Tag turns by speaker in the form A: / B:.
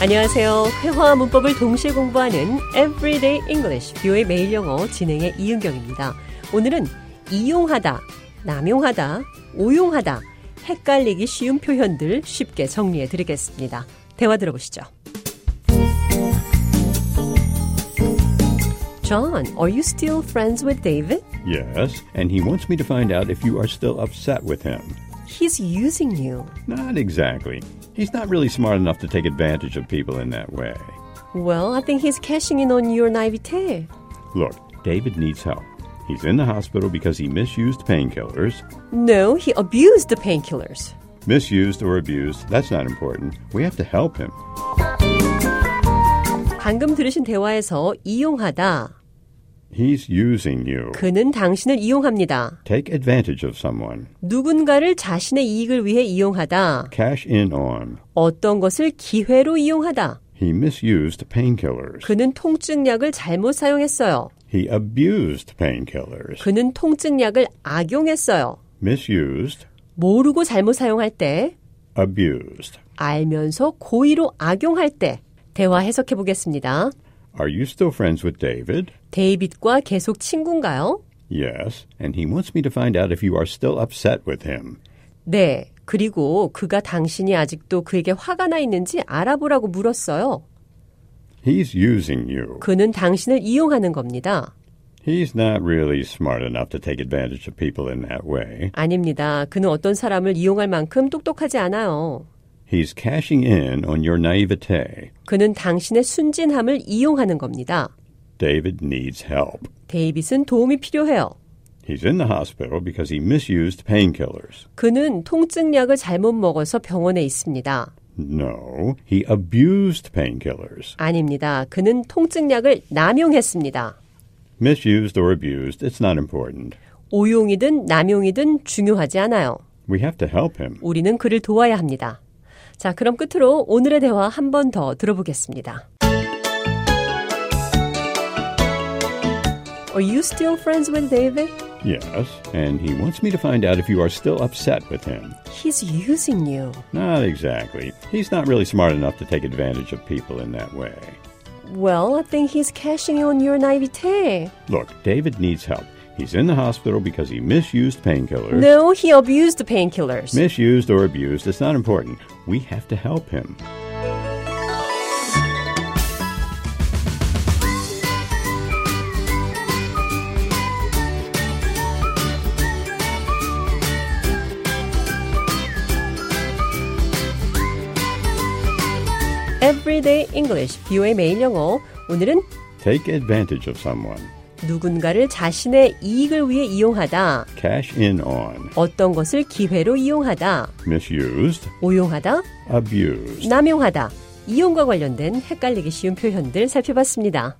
A: 안녕하세요. 회화와 문법을 동시에 공부하는 Everyday English 뷰의 매일 영어 진행의 이은경입니다. 오늘은 이용하다, 남용하다, 오용하다, 헷갈리기 쉬운 표현들 쉽게 정리해 드리겠습니다. 대화 들어보시죠. John, are you still friends with David?
B: Yes, and he wants me to find out if you are still upset with him.
A: He's using you.
B: Not exactly. He's not really smart enough to take advantage of people in that way.
A: Well, I think he's cashing in on your naivete.
B: Look, David needs help. He's in the hospital because he misused painkillers.
A: No, he abused the painkillers.
B: Misused or abused, that's not important. We have to help him.
A: 방금 들으신 대화에서 이용하다.
B: He's using you.
A: 그는 당신을 이용합니다.
B: Take advantage of someone.
A: 누군가를 자신의 이익을 위해 이용하다.
B: Cash in on.
A: 어떤 것을 기회로 이용하다.
B: He misused painkillers.
A: 그는 통증약을 잘못 사용했어요.
B: He abused painkillers.
A: 그는 통증약을 악용했어요.
B: Misused,
A: 모르고 잘못 사용할 때,
B: abused.
A: 알면서 고의로 악용할 때. 대화 해석해 보겠습니다.
B: Are you still friends with David?
A: 데이빗과 계속 친군가요?
B: Yes, and he wants me to find out if you are still upset with him.
A: 네. 그리고 그가 당신이 아직도 그에게 화가 나 있는지 알아보라고 물었어요.
B: He's using you.
A: 그는 당신을 이용하는 겁니다.
B: He's not really smart enough to take advantage of people in that way.
A: 아닙니다. 그는 어떤 사람을 이용할 만큼 똑똑하지 않아요.
B: He's cashing in on your naivete.
A: 그는 당신의 순진함을 이용하는 겁니다.
B: David needs help.
A: 데이빗은 도움이 필요해요.
B: He's in the hospital because he misused painkillers.
A: 그는 통증약을 잘못 먹어서 병원에 있습니다.
B: No, he abused painkillers.
A: 아닙니다. 그는 통증약을 남용했습니다.
B: Misused or abused, it's not important.
A: 오용이든 남용이든 중요하지 않아요.
B: We have to help him.
A: 우리는 그를 도와야 합니다. 자, 그럼 끝으로 오늘의 대화 한 번 더 들어보겠습니다. Are you still friends with David?
B: Yes, and he wants me to find out if you are still upset with him.
A: He's using you.
B: Not exactly. He's not really smart enough to take advantage of people in that way.
A: Well, I think he's cashing on your naivete.
B: Look, David needs help. He's in the hospital because he misused painkillers.
A: No, he abused the painkillers.
B: Misused or abused, it's not important. We have to help him.
A: Everyday English, 비오의 매일 영어. 오늘은
B: Take advantage of someone.
A: 누군가를 자신의 이익을 위해 이용하다,
B: Cash in on.
A: 어떤 것을 기회로 이용하다,
B: Misused,
A: 오용하다,
B: abused.
A: 남용하다, 이용과 관련된 헷갈리기 쉬운 표현들 살펴봤습니다.